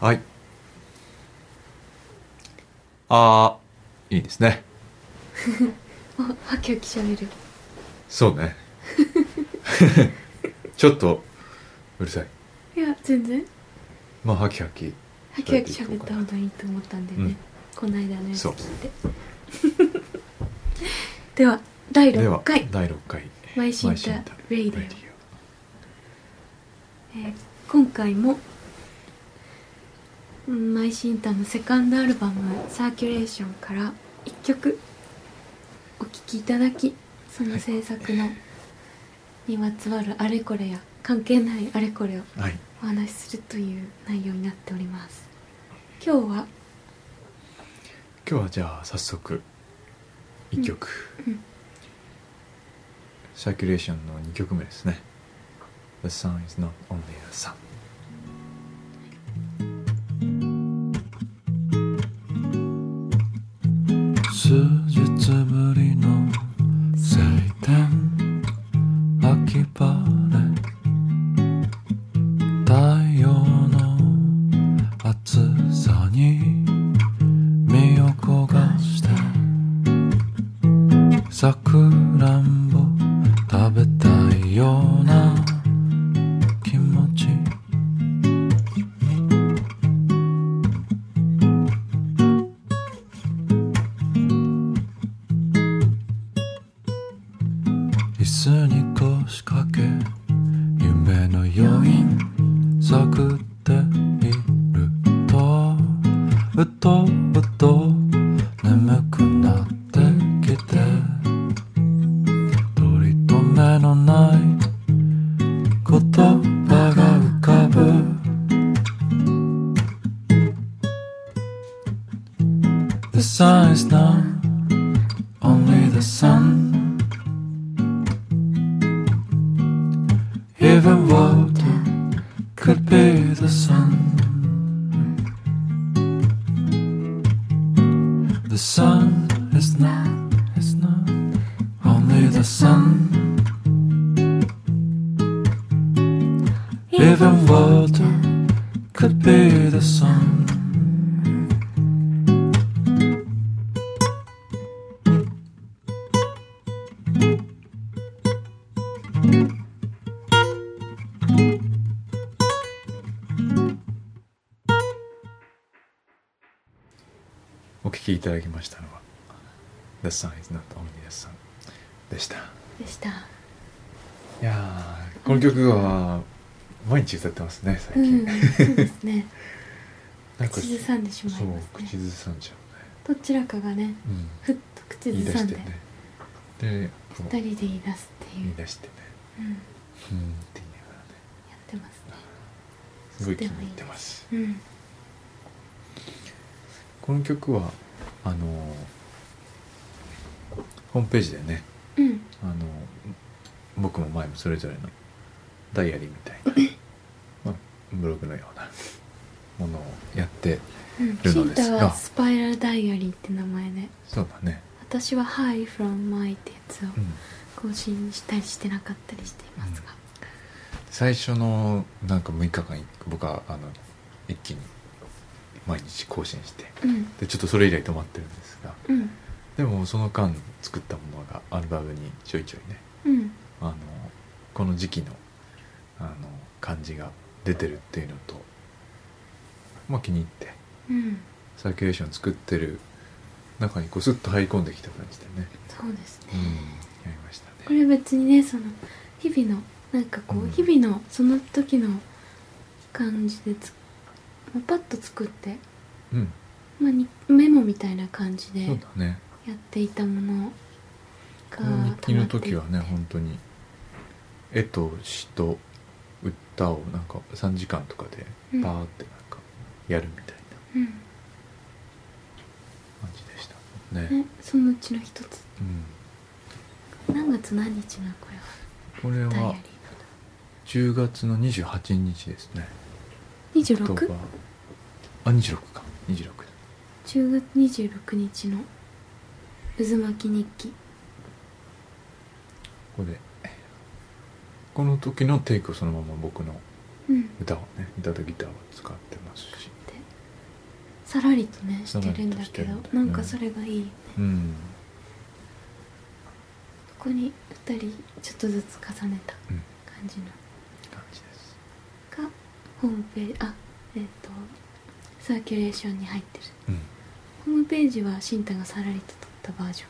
はいあーいいですねあはきはきしゃべるそうね ちょっとうるさいいや全然まあハキハキはきはきしゃべった方がいいと思ったんだよね、うんこの間のやつそう聞いて では第で6は回第6回「マイシンタマイレイデレイィディオ」えー今回もうんマイシンタのセカンドアルバム「サーキュレーション」から1曲お聴きいただきその制作のにまつわるあれこれや関係ないあれこれをオはいお話しするという内容になっております今日は今日はじゃあ早速1曲、うんうんサーキュレーションの2曲目ですね「The Sun is not only the Sun」数日ぶりの晴天秋晴れ太陽の暑さに身を焦がしてさくらんぼ食べたいような気持ち椅子に腰掛け夢の余韻探っているとうとうと眠くなってきて取り留めのない言葉が浮かぶ The sun is none, only the sun Even water could be the sun. The sun is not, is not only the sun. Even water could be the sun. お聴きいただきましたのは「The Sun is not only the Sun」でしたでしたいやーこの曲は毎日歌ってますね最う近、んそうですね なんか口ずさんでしまいそうます口ねずさんじゃどちらかがねうね、うん、ふっと口言いず出さんしてでねでこ二う人で言い出すってい、言いう出してねうん、やうんって言いながらねってますねすごい気に入ってますうんこの曲はあのーホームページでねうんあのー僕も前もそれぞれのダイアリーみたい な、まあ、ブログのようなものをやってうんルシノンですタがはスパイラルダイアリーって名前でそうだね、私は「Hi from my」ってやつをうん、更新したりしてなかったりしていますが、最初のなんか6日間僕はあの一気に毎日更新してうんでちょっとそれ以来止まってるんですがうんでもその間作ったものがアルバムにちょいちょいねうんあのこの時期のあの感じが出てるっていうのと、まあ、気に入ってうんサーキュレーション作ってる中にこうスッと入り込んできた感じでね、そうですね、うん、やりましたこね。れ別にねその日々のなんかこう、うん日々のその時の感じでつもうパッと作って、うん、まあ、にメモみたいな感じでそうだね。やっていたものこのが日記の時溜はまってね本当に絵と詩と歌をなんか3時間とかでうんバーってなんかやるみたいな感じでしたね。うん、ね、そのうちの一つうん、何月何日なのこれはこれダイアはリー10月の28日ですね。 26? オクトーバーあ26か26 10月26日の渦巻き日記ここでこの時のテイクをそのまま僕のうん歌をね歌とギターを使ってますしでさらりとねしさてらるんりだとしてるけどんだなんかそれがいいよね、うんここに2人ちょっとずつ重ねたうん感じの感じですがホームページあえっ、とサーキュレーションに入ってるうんホームページは新太がさらりと撮ったバージ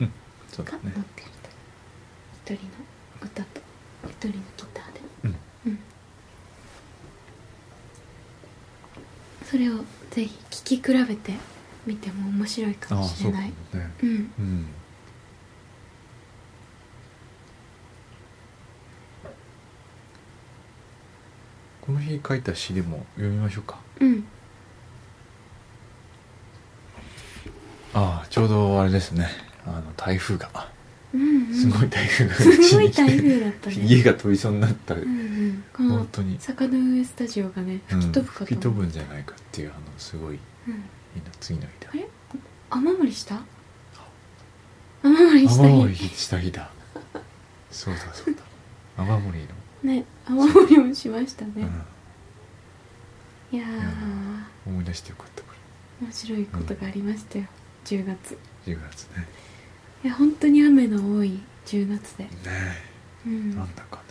うんそうョンがだ載ねってると、一人の歌と一人のギターでうんうんそれをぜひ聴き比べてみても面白いかああもしそれうかもないねうんうんこの日書いた詩でも読みましょうかうんああちょうどあれですねあの台風がうんうんすごい台風がすごい家に来て台風だったね家が飛びそうになった、うんうんこの本当に坂の上スタジオがね吹き飛ぶかうん、吹とき思飛う、ぶんじゃないかっていうあのすごいいいうん、な次の日だあれ雨漏りした雨漏りした雨漏り日した日だそうだそうだ雨漏りの、ね雨漏りもしましたね、いいややーうん、思い出してよかったこ面白いことがありましたよ、10月れ10月ねいや本当に雨の多い10月で、ねえなうんん、だかね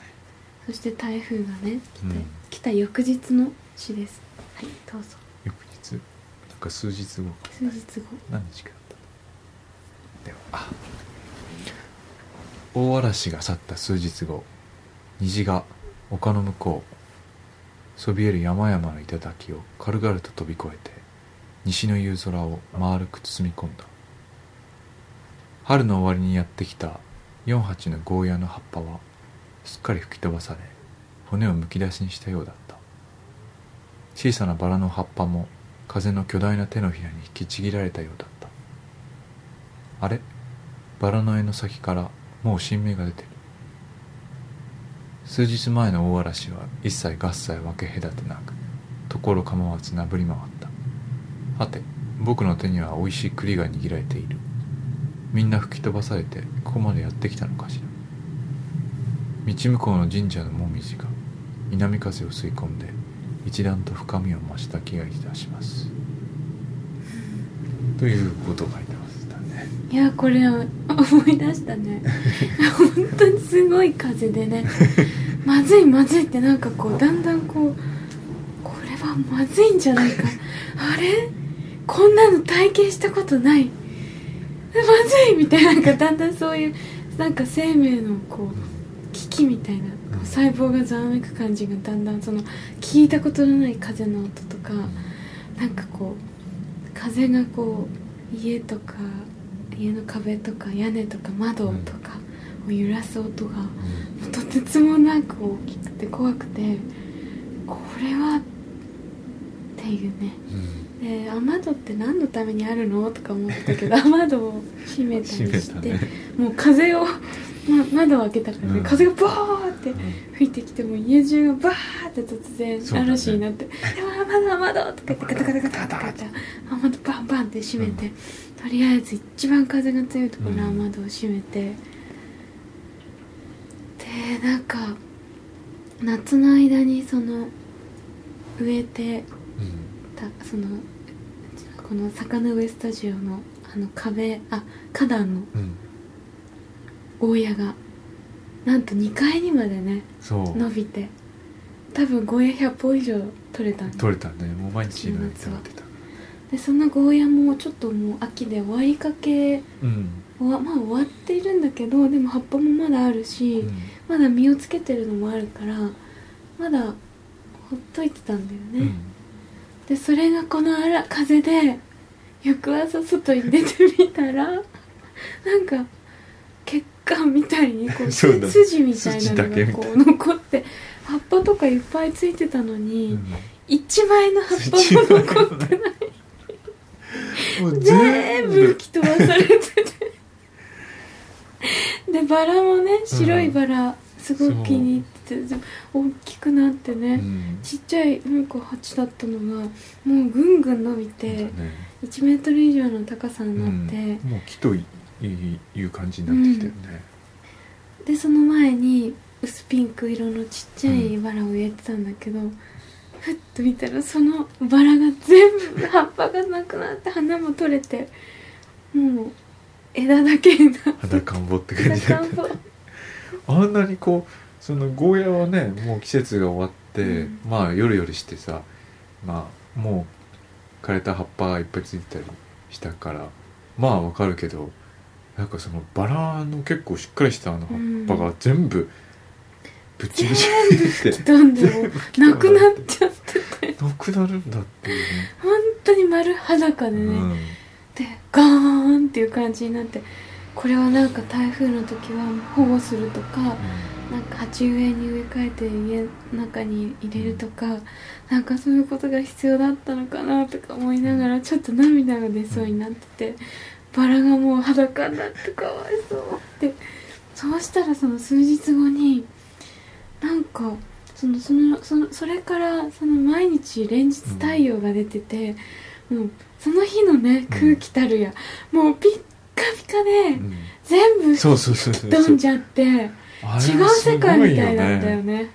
そして台風がね来て、うん来た翌日の詩ですはいどうぞ翌日なんか数日後か数日後何日かだったではあ大嵐が去った数日後虹が丘の向こうそびえる山々の頂を軽々と飛び越えて西の夕空を丸く包み込んだ春の終わりにやってきた4鉢のゴーヤの葉っぱはすっかり吹き飛ばされ骨をむき出しにしたようだった小さなバラの葉っぱも風の巨大な手のひらに引きちぎられたようだったあれバラの柄の先からもう新芽が出てる数日前の大嵐は一切合切分け隔てなくところ構わずなぶり回ったはて僕の手には美味しい栗が握られているみんな吹き飛ばされてここまでやってきたのかしら道向こうの神社のもみじが南風を吸い込んで一段と深みを増した気がいたしますということを書いてましたねいやこれ思い出したね本当にすごい風でねまずいまずいってなんかこうだんだんこうこれはまずいんじゃないかあれこんなの体験したことないえまずいみたいななんかだんだんそういうなんか生命のこう危機みたいなこう細胞がざわめく感じがだんだんその聞いたことのない風の音とか、なんかこう風がこう家とか家の壁とか屋根とか窓とかを揺らす音がもうとてつもなく大きくて怖くてこれはっていうねうんで雨戸って何のためにあるのとか思って たけど雨戸を閉めたりし閉て、めたねもう風を、ま、窓を開けたからね、うん風がバーって吹いてきてもう家中がバーって突そう然だね嵐にな って「でも雨だ雨だ」とか言ってガタガタガタガタガタ雨戸バンバンって閉めて、うとりあえず一番風が強いところのうん雨戸を閉めて、でなんか夏の間にその植えてうんたそのうちのこの坂の上スタジオのあの壁あ花壇のうん大家がなんと2階にまでねそう伸びて多分ゴーヤ100本以上取れたの取れたねもう毎日のように食べてたでそのゴーヤもちょっともう秋で終わりかけうん終わまあ終わっているんだけどでも葉っぱもまだあるし、うんまだ実をつけてるのもあるからまだほっといてたんだよね、うんでそれがこのあら風で翌朝外に出てみたら なんか血管みたいにこ うそうだ筋みたいな筋だけのみがたこいう残って葉っぱとかいっぱいついてたのに、うん一枚の葉っぱも 残ってないもう全部吹き飛ばされて てでバラもね白いバラ、すごく気に入っててでも大きくなってね、うんちっちゃいなんか鉢だったのがもうぐんぐん伸びてそうだね1メートル以上の高さうにんなって、もう木といいいう感じになってきたよねでその前に薄ピンク色のちっちゃいバラを植えてたんだけど、ふっと見たらそのバラが全部葉っぱがなくなって花も取れてもう枝だけになって裸んぼって感じだ田っんぼたあんなにこうそのゴーヤはねもう季節が終わって、うんまあよりよりしてさまあもう枯れた葉っぱがいっぱいついてたりしたからまあわかるけどなんかそのバラの結構しっかりしたあの葉っぱが全部ぶっちぎちにってどんどんもうなくなっちゃっててなくなるんだっていうね本当に丸裸でうね、んでガーンっていう感じになってこれはなんか台風の時は保護するとかなんか鉢植えに植え替えて家の中に入れるとかなんかそういうことが必要だったのかなとか思いながらちょっと涙が出そうになっててバラがもう裸になってかわいそうってそうしたらその数日後になんかそのそのそのそれからその毎日連日太陽が出てて、もうその日のね空気たるや、もうピッカピカうでん全部そうそうそうそう飛んじゃって違うあれはす世ご界みよたいだねったよね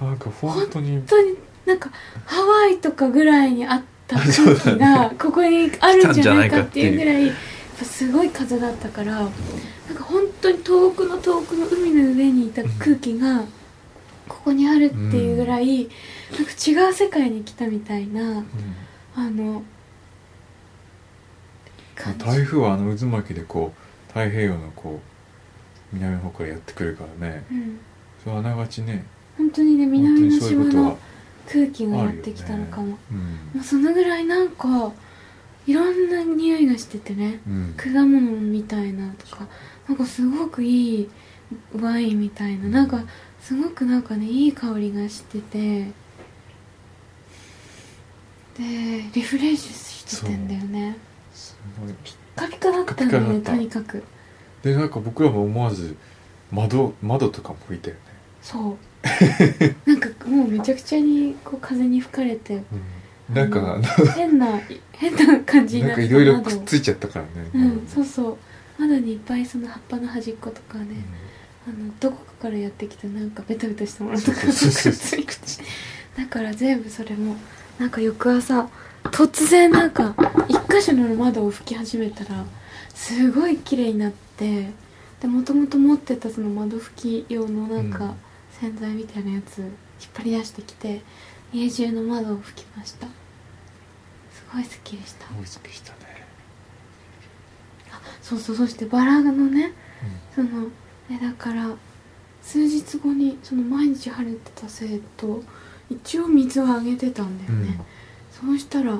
なんか本当に本当になんかハワイとかぐらいにあった空あ そう気だがここにあるんじゃないかっていうぐらいやっぱすごい風だったからなんか本当に遠くの遠くの海の上にいた空気がここにあるっていうぐらい、なんか違う世界に来たみたいなうんあの感じ台風はあの渦巻きでこう太平洋のこう南の方からやってくるからねうん、そうあながちね本当にね本当南にのそうい島うことはの空気があやっるよてねきたのかも、うんもうそのぐらいなんかいろんな匂いがしててねうん果物みたいなとかなんかすごくいいワインみたいななんかすごくなんかねいい香りがしててでリフレッシュしててんだよねすごいピカピカだったんだピよねカピカだったとにかくでなんか僕らも思わず窓窓とかも吹いたよね、そう なんかもうめちゃくちゃにこう風に吹かれてなんか、う変な変な感じにななんっかいてたろいろく窓っをついちゃったからね、うん、そうそう窓にいっぱいその葉っぱの端っことうかねん、あのどこかからやってきたなんかベタベタしたもの とかそくうっそうつそういてだから全部それもなんか翌朝突然なんか一箇所の窓を拭き始めたらすごい綺麗になってでもともと持ってたその窓拭き用のなんうんか洗剤みたいなやつ引っ張り出してきて家中の窓を拭きましたすごいすっきりしたもうすっきりしたね、あそうそうそしてバラのねそのえだから数日後にその毎日晴れてた生徒一応水をあげてたんだようんね、そうしたら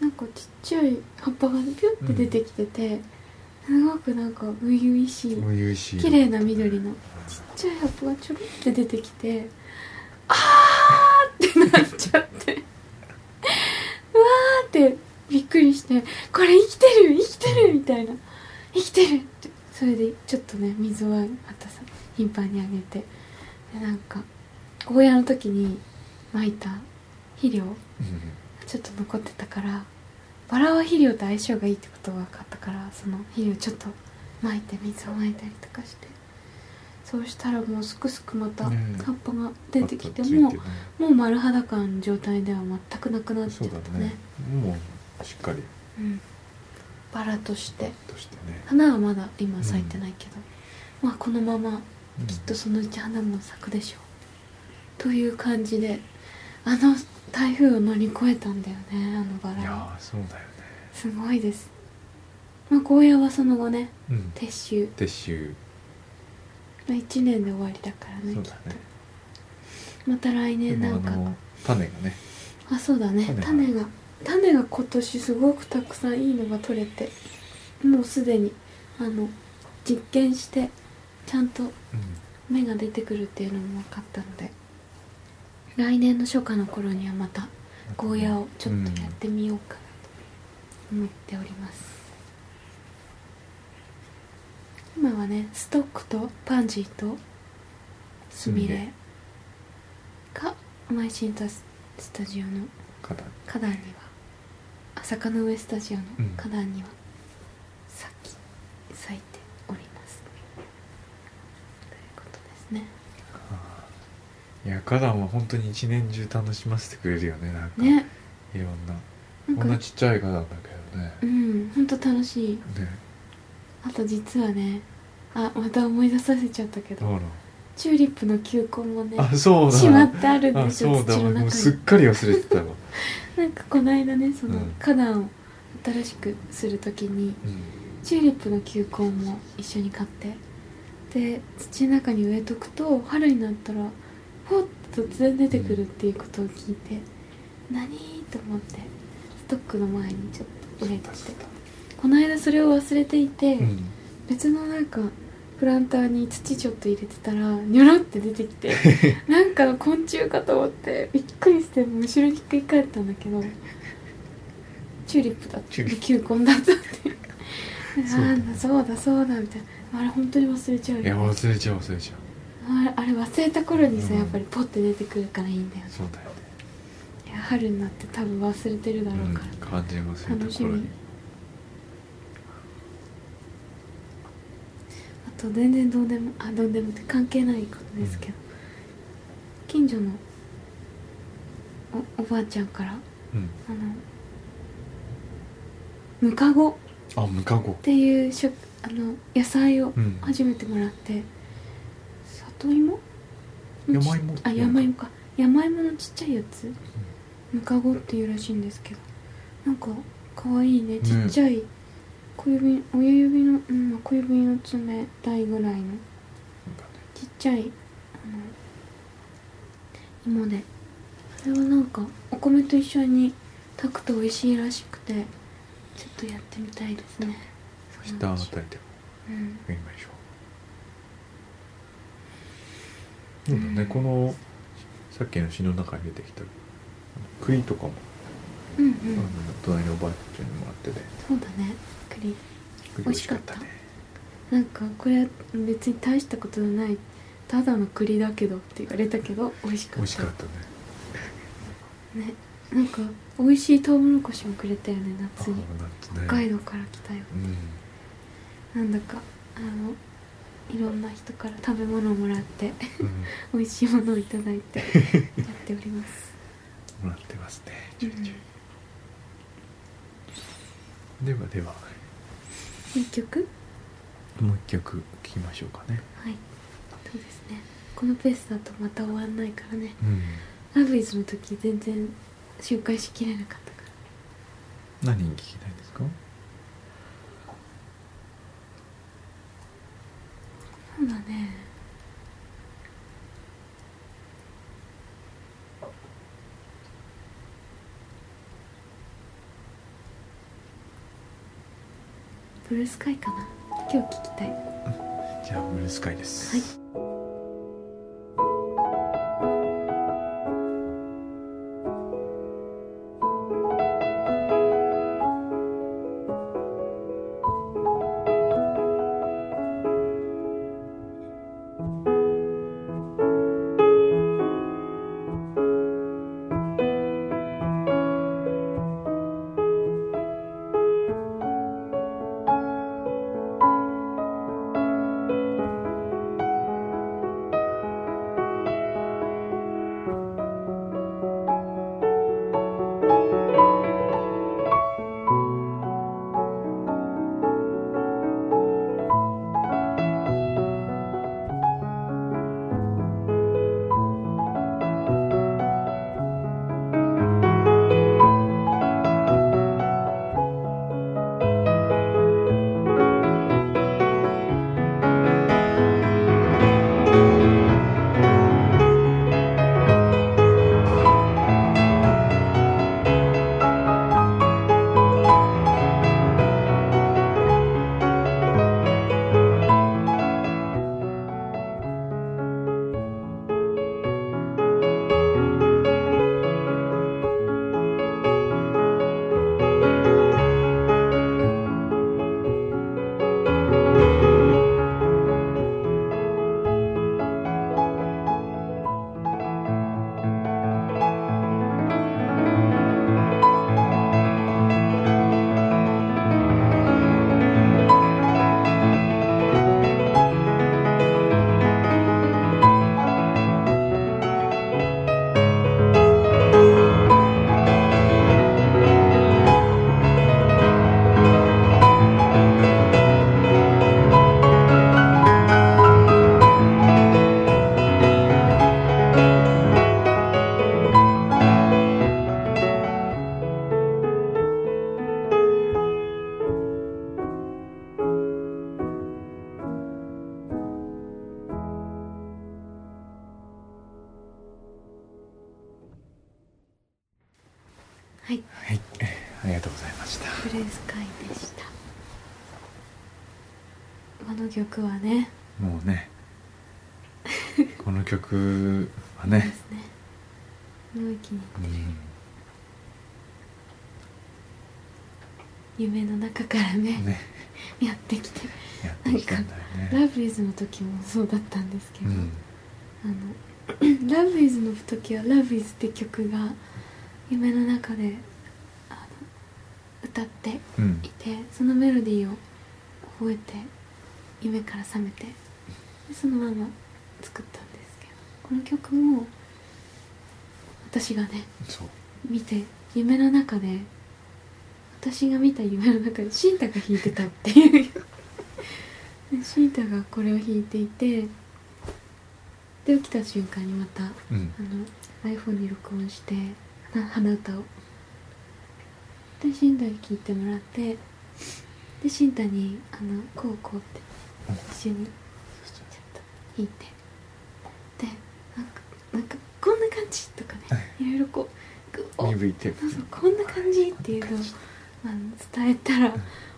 なんかちっちゃい葉っぱがピュッて出てきてて、すごくなんか初々しういん、もう優しい綺麗な緑のちっちゃい葉っぱがちょろって出てきてあーってなっちゃってうわーってびっくりしてこれ生きてる生きてるみたいな生きてるってそれでちょっとね水はまたさ頻繁にあげてでなんかゴーヤの時にまいた肥料うんちょっと残ってたからバラは肥料と相性がいいってことが分かったからその肥料ちょっと撒いて水を撒いたりとかしてそうしたらもうすくすくまた葉ねえっぱが出てきてまたついもねうもう丸裸の状態では全くなくなっちゃそっうだたねねもうしっかりうん、バラとしてとしてね花はまだ今咲いてないけど、まあこのままうんきっとそのうち花も咲くでしょうという感じであの台風を乗り越えたんだよねあのバいラはやーそうだよねすごいですまあゴーヤはその後ねうん撤収、撤収まあ、1年で終わりだからねそうだねまた来で年なもんあかの種がねあそうだね種が種が種が今年すごくたくさんいいのが取れてもうすでにあの実験してちゃんと芽が出てくるっていうのも分かったので来年の初夏の頃にはまたゴーヤをちょっとやってみようかなと思っております、今はねストックとパンジーとスミレが前新タスタジオの方花壇には朝霞の上スタジオの花壇には咲き、咲いておりますということですねいや花壇は本当に一年中楽しませてくれるよねなんかねいろんななこんんかなちっちゃい花壇だけどねうんほんと楽しいねあと実はねあまた思い出させちゃったけどうどなのチューリップの球根もねあそうだしまってあるんあですよそうだ土のもう中すっにかり忘れて たわ、なんかこの間ねそのうん花壇を新しくするときにうん、チューリップの球根も一緒に買ってで土の中に植えとくと春になったらほっと突然出てくるっていうことを聞いて何と思ってストックの前にちょっと植えててこの間それを忘れていて、うん、別のなんかプランターに土ちょっと入れてたらニョロって出て きてなんかの昆虫かと思ってびっくりしてもう後ろにひっくり返ったんだけどチューリップだったチューリッ球根だったっていうそうだなんだそうだそうだみたいなあれ本当に忘れちゃういやよ忘れちゃう忘れちゃうあれあれ忘れた頃にさうんやっぱりポッて出てくるからいいんだよねそうだよねいや春になって多分忘れてるだろうから、うん、完全忘れた頃楽しにみあと全然どうでもあどうでもって関係ないことですけど、近所のおおばあちゃんからうんあのムカゴっあムカゴていう食あの野菜をうん初めてもらって、里芋のち山芋あ山芋か山芋のちっちゃいやつ、ムカゴっていうらしいんですけどなんかかわいいねねちっちゃい小指親指の、うん、まあ小指の爪大ぐらいのなんかねちっちゃいあの芋でそれはなんかお米と一緒に炊くと美味しいらしくてちょっとやってみたいですね下あそたりでうなんです食いましょうそうだねこのさっきの詩の中に出てきた栗とかも、うんうんあうのん隣のおばあちゃんにもらっててそうだね栗栗美味しかったねなんかこれ別に大したことのないただの栗だけどって言われたけど美味しかった美味しかったねねなんか美味しいトウモロコシもくれたよね夏にあー夏ね北海道から来たようんなんだかあのいろんな人から食べ物をもらってうん 美味しいものをいただいてやっておりますもらってますね、うんではでは一曲もう一曲聴きましょうかねはいそうですねこのペースだとまた終わんないからねうんラブイズの時全然紹介しきれなかったから何に聞きたいですかそうだねブルースカイかな今日聞きたいじゃあブルースカイです、はい「はいはいありがとうございましたブルースカイでしたこの曲はねもうね この曲はでね、すねもう一気にうん、夢の中からねねやってきてやってきたんだよねラブイズの時もそうだったんですけうど、んあのラブイズの時は「ラブイズって曲が夢の中であの歌ってうんいてそのメロディーを覚えて夢から覚めてでそのまま作ったんですけどこの曲も私がねそう見て夢の中で私が見た夢の中でシータが弾いてたっていうでシータがこれを弾いていてで起きた瞬間にまたあうんの iPhone に録音してな鼻歌をでシンタに聴いてもらってでシンタにあの「こうこう」って一緒にちょっと弾いてでなんかなんかこんな感じとかねいろいろこうグお鈍いテーそうプそうこんな感じっていうのをあの伝えたら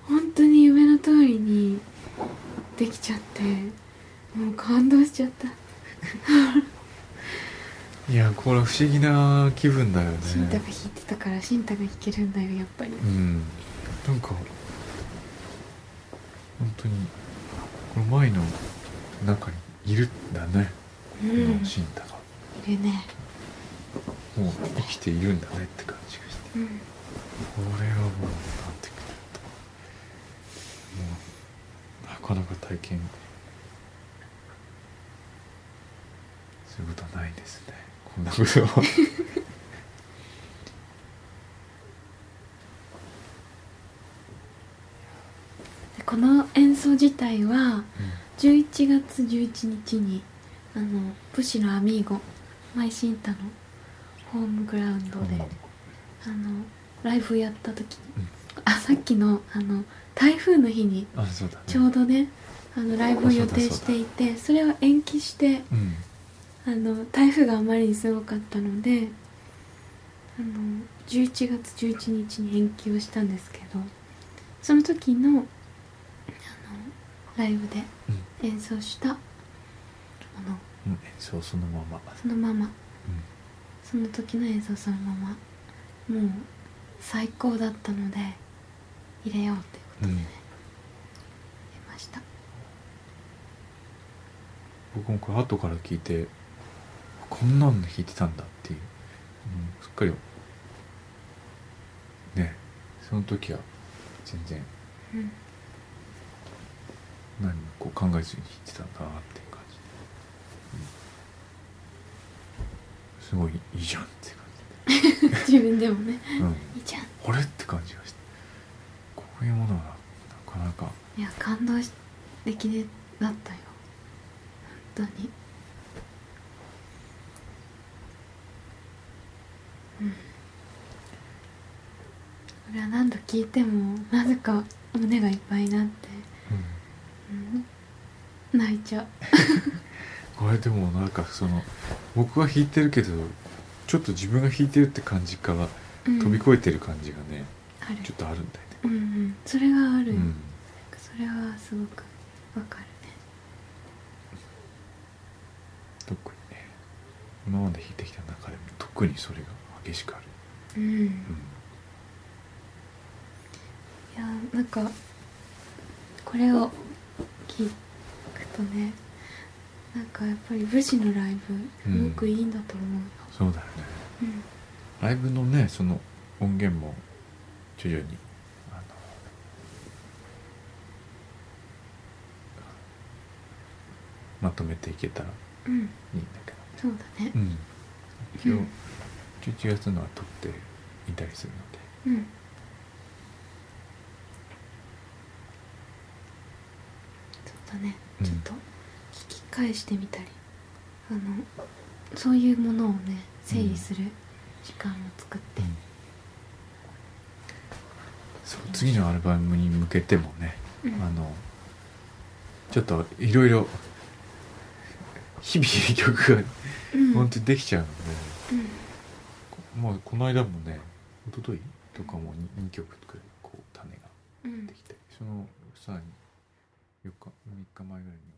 本当に夢の通りにできちゃってもう感動しちゃった、いやこれは不思議な気分だよねシンタが弾いてたからシンタが弾けるんだよやっぱり、うんなんか本当にこの前の中にいるんだね、うん、このいシンタがるね、もう生きているんだねって感じがしてうん、これはもうなんてこともうなかなか体験することはないですねこんなことはでこの演奏自体は11月11日にあの武士のアミーゴマイシンタのホームグラウンドうんで、あのライブやった時に、うんあさっきのあの台風の日にあそうだねちょうどねあのライブを予定していてそれは延期してうんあの台風があまりにすごかったのであの11月11日に延期をしたんですけどその時のあのライブで演奏したものうん演奏そのままそのまうまんその時の演奏そのままもう最高だったので入れようってうことでん入れました、僕もこれ後から聞いてこんなんで弾いてたんだっていう、うん、すっかりねその時は全然うん何もこう考えずに弾いてたんだなっていう感じで、うんすごいいいじゃんって感自分でもねじで、うん、いいじゃんあれって感じがしてこういうものはなかなかいや感動しできねだったよ本当にうんこれは何度聞いてもなぜか胸がいっぱいになって、う、うん、泣いちゃうんこれでもなんかその僕は弾いてるけどちょっと自分が弾いてるって感じからうん飛び越えてる感じがね、あるちょっとあるんだよねうんうんそれがある、うなんん、かそれはすごくわかるね特にね今まで弾いてきた中でも特にそれが激しくある、うんいうん、やなんかこれを聞くとねなんかやっぱり武士のライブうんすごくいいんだと思うよ、そうだよねうんライブのねその音源も徐々にあのまとめていけたらうん、いいんだけそうだねど、うん、一う応ん11月のは撮っていたりするのでうんそうだねうんちょっと聞き返してみたり、あのそういうものをね整理する時間を作って、そう次のアルバムに向けてもね、うんあのちょっといろいろ日々曲がうん本当にできちゃうので、うんこもうこの間もね一昨日とかも 2, 二曲くらいこう種がうんできてそのさらに4日3日前ぐらいには